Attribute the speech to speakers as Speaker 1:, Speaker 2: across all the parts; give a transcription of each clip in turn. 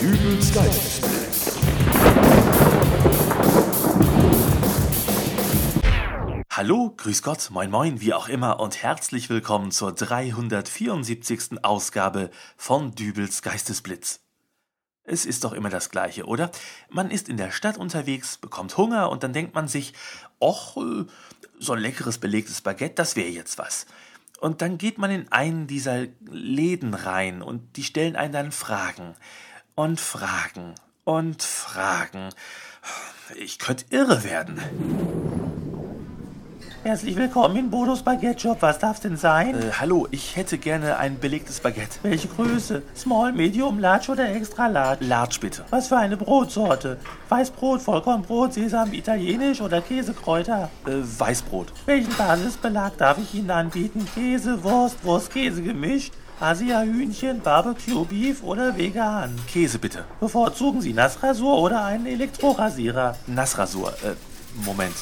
Speaker 1: Übels Geist.
Speaker 2: Hallo, grüß Gott, moin moin, wie auch immer und herzlich willkommen zur 374. Ausgabe von Dübels Geistesblitz. Es ist doch immer das Gleiche, oder? Man ist in der Stadt unterwegs, bekommt Hunger und dann denkt man sich, och, äh, so ein leckeres belegtes Baguette, das wäre jetzt was. Und dann geht man in einen dieser Läden rein und die stellen einen dann Fragen. Und Fragen. Und Fragen. Ich könnte irre werden. Herzlich willkommen in Bodos Baguette Shop. Was darf's denn sein? Äh, hallo, ich hätte gerne ein belegtes Baguette. Welche Größe? Small, Medium, Large oder Extra Large? Large bitte. Was für eine Brotsorte? Weißbrot, Vollkornbrot, Sesam, Italienisch oder Käsekräuter? Äh, Weißbrot. Welchen Basisbelag darf ich Ihnen anbieten? Käse, Wurst, Wurst-Käse gemischt? Asia-Hühnchen, Barbecue-Beef oder vegan? Käse bitte. Bevorzugen Sie Nassrasur oder einen Elektrorasierer? Nassrasur. Äh, Moment.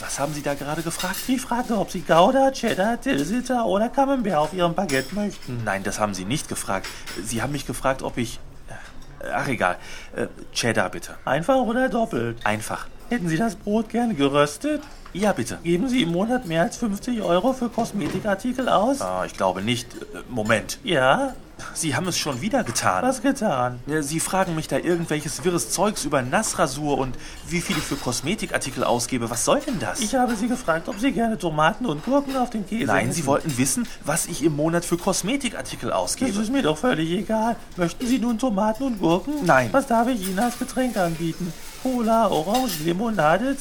Speaker 2: Was haben Sie da gerade gefragt? Ich fragte, ob Sie Gouda, Cheddar, Tilsiter oder Camembert auf Ihrem Baguette möchten. Nein, das haben Sie nicht gefragt. Sie haben mich gefragt, ob ich... Ach egal. Äh, Cheddar bitte. Einfach oder doppelt? Einfach. Hätten Sie das Brot gerne geröstet? Ja, bitte. Geben Sie im Monat mehr als 50 Euro für Kosmetikartikel aus? Ah, ich glaube nicht. Moment. Ja? Sie haben es schon wieder getan. Was getan? Sie fragen mich da irgendwelches wirres Zeugs über Nassrasur und wie viel ich für Kosmetikartikel ausgebe. Was soll denn das?
Speaker 3: Ich habe sie gefragt, ob sie gerne Tomaten und Gurken auf den Käse
Speaker 2: Nein,
Speaker 3: hätten.
Speaker 2: Sie wollten wissen, was ich im Monat für Kosmetikartikel
Speaker 3: Das
Speaker 2: ausgebe.
Speaker 3: ist mir doch völlig egal. Möchten Sie nun Tomaten und Gurken?
Speaker 2: Nein.
Speaker 3: Was darf ich Ihnen als Getränk anbieten? Cola, Orange, Limonade,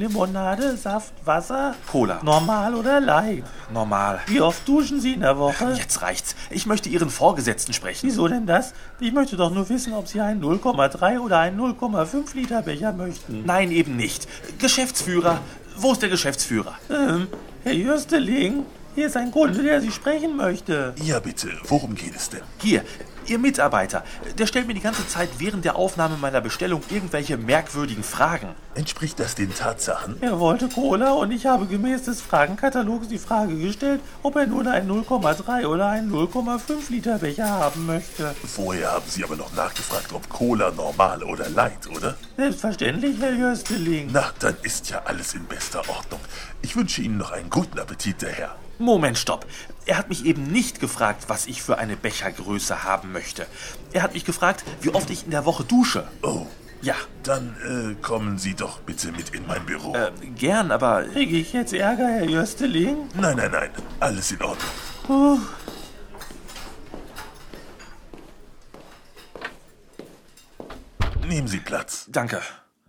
Speaker 3: Zitronenlimonade, Saft, Wasser?
Speaker 2: Cola.
Speaker 3: Normal oder light?
Speaker 2: Normal.
Speaker 3: Wie oft duschen Sie in der Woche?
Speaker 2: Jetzt reicht's. Ich möchte Ihren Vorgesetzten sprechen.
Speaker 3: Wieso denn das? Ich möchte doch nur wissen, ob Sie einen 0,3 oder einen 0,5 Liter Becher möchten.
Speaker 2: Nein, eben nicht. Geschäftsführer. Wo ist der Geschäftsführer?
Speaker 3: Ähm, Herr Jüsteling, hier ist ein Kunde, der Sie sprechen möchte.
Speaker 1: Ja, bitte, worum geht es denn?
Speaker 2: Hier, Ihr Mitarbeiter. Der stellt mir die ganze Zeit während der Aufnahme meiner Bestellung irgendwelche merkwürdigen Fragen.
Speaker 1: Entspricht das den Tatsachen?
Speaker 3: Er wollte Cola und ich habe gemäß des Fragenkatalogs die Frage gestellt, ob er nun einen 0,3 oder einen 0,5 Liter Becher haben möchte.
Speaker 1: Vorher haben Sie aber noch nachgefragt, ob Cola normal oder light, oder?
Speaker 3: Selbstverständlich, Herr Jösteling.
Speaker 1: Na, dann ist ja alles in bester Ordnung. Ich wünsche Ihnen noch einen guten Appetit, der Herr.
Speaker 2: Moment, stopp. Er hat mich eben nicht gefragt, was ich für eine Bechergröße haben möchte. Er hat mich gefragt, wie oft ich in der Woche dusche.
Speaker 1: Oh,
Speaker 2: Ja,
Speaker 1: dann äh, kommen Sie doch bitte mit in mein Büro.
Speaker 2: äh, gern, aber
Speaker 3: Kriege ich jetzt Ärger, Herr Jösteling?
Speaker 1: Nein, nein, nein, alles in Ordnung.
Speaker 3: Puh.
Speaker 1: Nehmen Sie Platz.
Speaker 2: danke.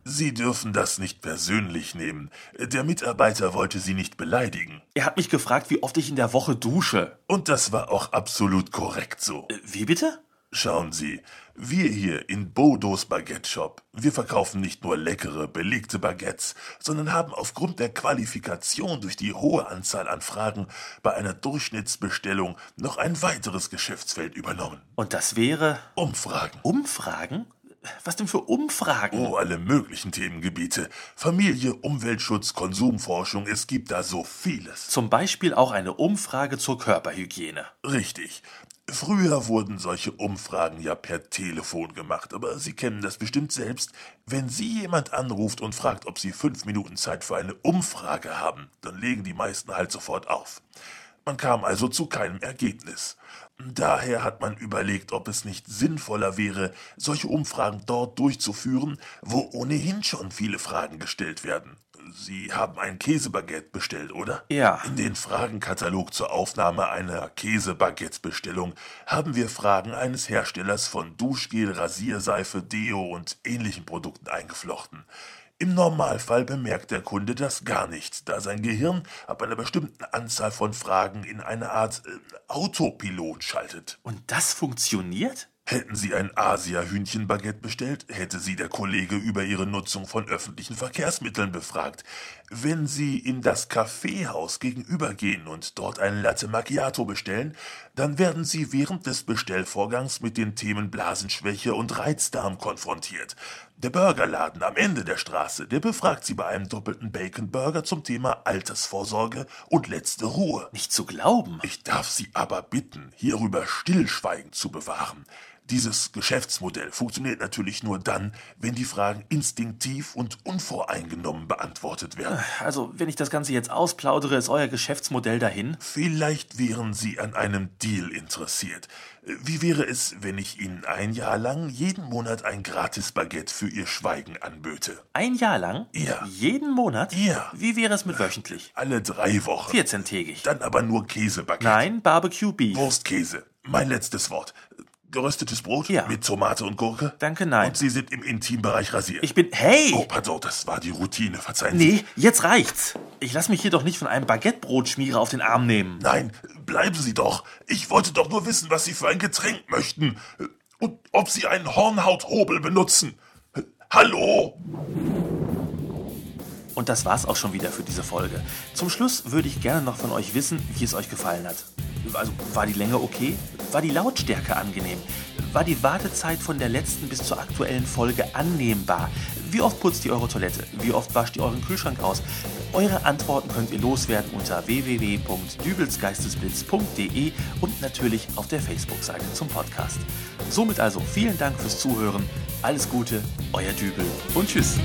Speaker 1: Sie dürfen das nicht persönlich nehmen. Der Mitarbeiter wollte Sie nicht beleidigen.
Speaker 2: Er hat mich gefragt, wie oft ich in der Woche dusche.
Speaker 1: Und das war auch absolut korrekt so.
Speaker 2: Äh, Wie bitte?
Speaker 1: Schauen Sie, wir hier in Bodos Baguette Shop, wir verkaufen nicht nur leckere, belegte Baguettes, sondern haben aufgrund der Qualifikation durch die hohe Anzahl an Fragen bei einer Durchschnittsbestellung noch ein weiteres Geschäftsfeld übernommen.
Speaker 2: Und das wäre
Speaker 1: Umfragen.
Speaker 2: Umfragen? Was denn für Umfragen?
Speaker 1: Oh, alle möglichen Themengebiete. Familie, Umweltschutz, Konsumforschung, es gibt da so vieles.
Speaker 2: Zum Beispiel auch eine Umfrage zur Körperhygiene.
Speaker 1: Richtig. Früher wurden solche Umfragen ja per Telefon gemacht, aber Sie kennen das bestimmt selbst. Wenn Sie jemand anruft und fragt, ob Sie fünf Minuten Zeit für eine Umfrage haben, dann legen die meisten halt sofort auf. Man kam also zu keinem Ergebnis. Daher hat man überlegt, ob es nicht sinnvoller wäre, solche Umfragen dort durchzuführen, wo ohnehin schon viele Fragen gestellt werden. Sie haben ein Käsebaguette bestellt, oder?
Speaker 2: Ja.
Speaker 1: In den Fragenkatalog zur Aufnahme einer Käsebaguette-Bestellung haben wir Fragen eines Herstellers von Duschgel, Rasierseife, Deo und ähnlichen Produkten eingeflochten. Im Normalfall bemerkt der Kunde das gar nicht, da sein Gehirn ab einer bestimmten Anzahl von Fragen in eine Art äh, Autopilot schaltet.
Speaker 2: Und das funktioniert?
Speaker 1: Hätten Sie ein Asia-Hühnchenbaguette bestellt, hätte Sie der Kollege über Ihre Nutzung von öffentlichen Verkehrsmitteln befragt. Wenn Sie in das Kaffeehaus gegenübergehen und dort einen Latte Macchiato bestellen, dann werden Sie während des Bestellvorgangs mit den Themen Blasenschwäche und Reizdarm konfrontiert. Der Burgerladen am Ende der Straße, der befragt Sie bei einem doppelten Bacon Burger zum Thema Altersvorsorge und letzte Ruhe.
Speaker 2: Nicht zu glauben.
Speaker 1: Ich darf Sie aber bitten, hierüber Stillschweigen zu bewahren. Dieses Geschäftsmodell funktioniert natürlich nur dann, wenn die Fragen instinktiv und unvoreingenommen beantwortet werden.
Speaker 2: Also, wenn ich das Ganze jetzt ausplaudere, ist euer Geschäftsmodell dahin?
Speaker 1: Vielleicht wären Sie an einem Deal interessiert. Wie wäre es, wenn ich Ihnen ein Jahr lang jeden Monat ein Gratis-Baguette für Ihr Schweigen anböte?
Speaker 2: Ein Jahr lang?
Speaker 1: Ja.
Speaker 2: Jeden Monat?
Speaker 1: Ja.
Speaker 2: Wie wäre es mit wöchentlich?
Speaker 1: Alle drei Wochen.
Speaker 2: 14-tägig.
Speaker 1: Dann aber nur Käsebaguette.
Speaker 2: Nein, Barbecue Beef.
Speaker 1: Wurstkäse. Mein letztes Wort. Geröstetes Brot
Speaker 2: Ja.
Speaker 1: mit Tomate und Gurke.
Speaker 2: Danke, nein.
Speaker 1: Und Sie sind im Intimbereich rasiert.
Speaker 2: Ich bin. Hey!
Speaker 1: oh, pardon, das war die Routine. Verzeihen Sie.
Speaker 2: Nee, Eh, jetzt reicht's. Ich lass mich hier doch nicht von einem Baguettebrotschmierer auf den Arm nehmen.
Speaker 1: Nein, bleiben Sie doch. Ich wollte doch nur wissen, was Sie für ein Getränk möchten. Und ob Sie einen Hornhauthobel benutzen. Hallo?
Speaker 2: Und das war's auch schon wieder für diese Folge. Zum Schluss würde ich gerne noch von euch wissen, wie es euch gefallen hat. Also, war die Länge okay? War die Lautstärke angenehm? War die Wartezeit von der letzten bis zur aktuellen Folge annehmbar? Wie oft putzt ihr eure Toilette? Wie oft wascht ihr euren Kühlschrank aus? Eure Antworten könnt ihr loswerden unter www.dübelsgeistesblitz.de und natürlich auf der Facebook-Seite zum Podcast. Somit also vielen Dank fürs Zuhören, alles Gute, euer Dübel und tschüss.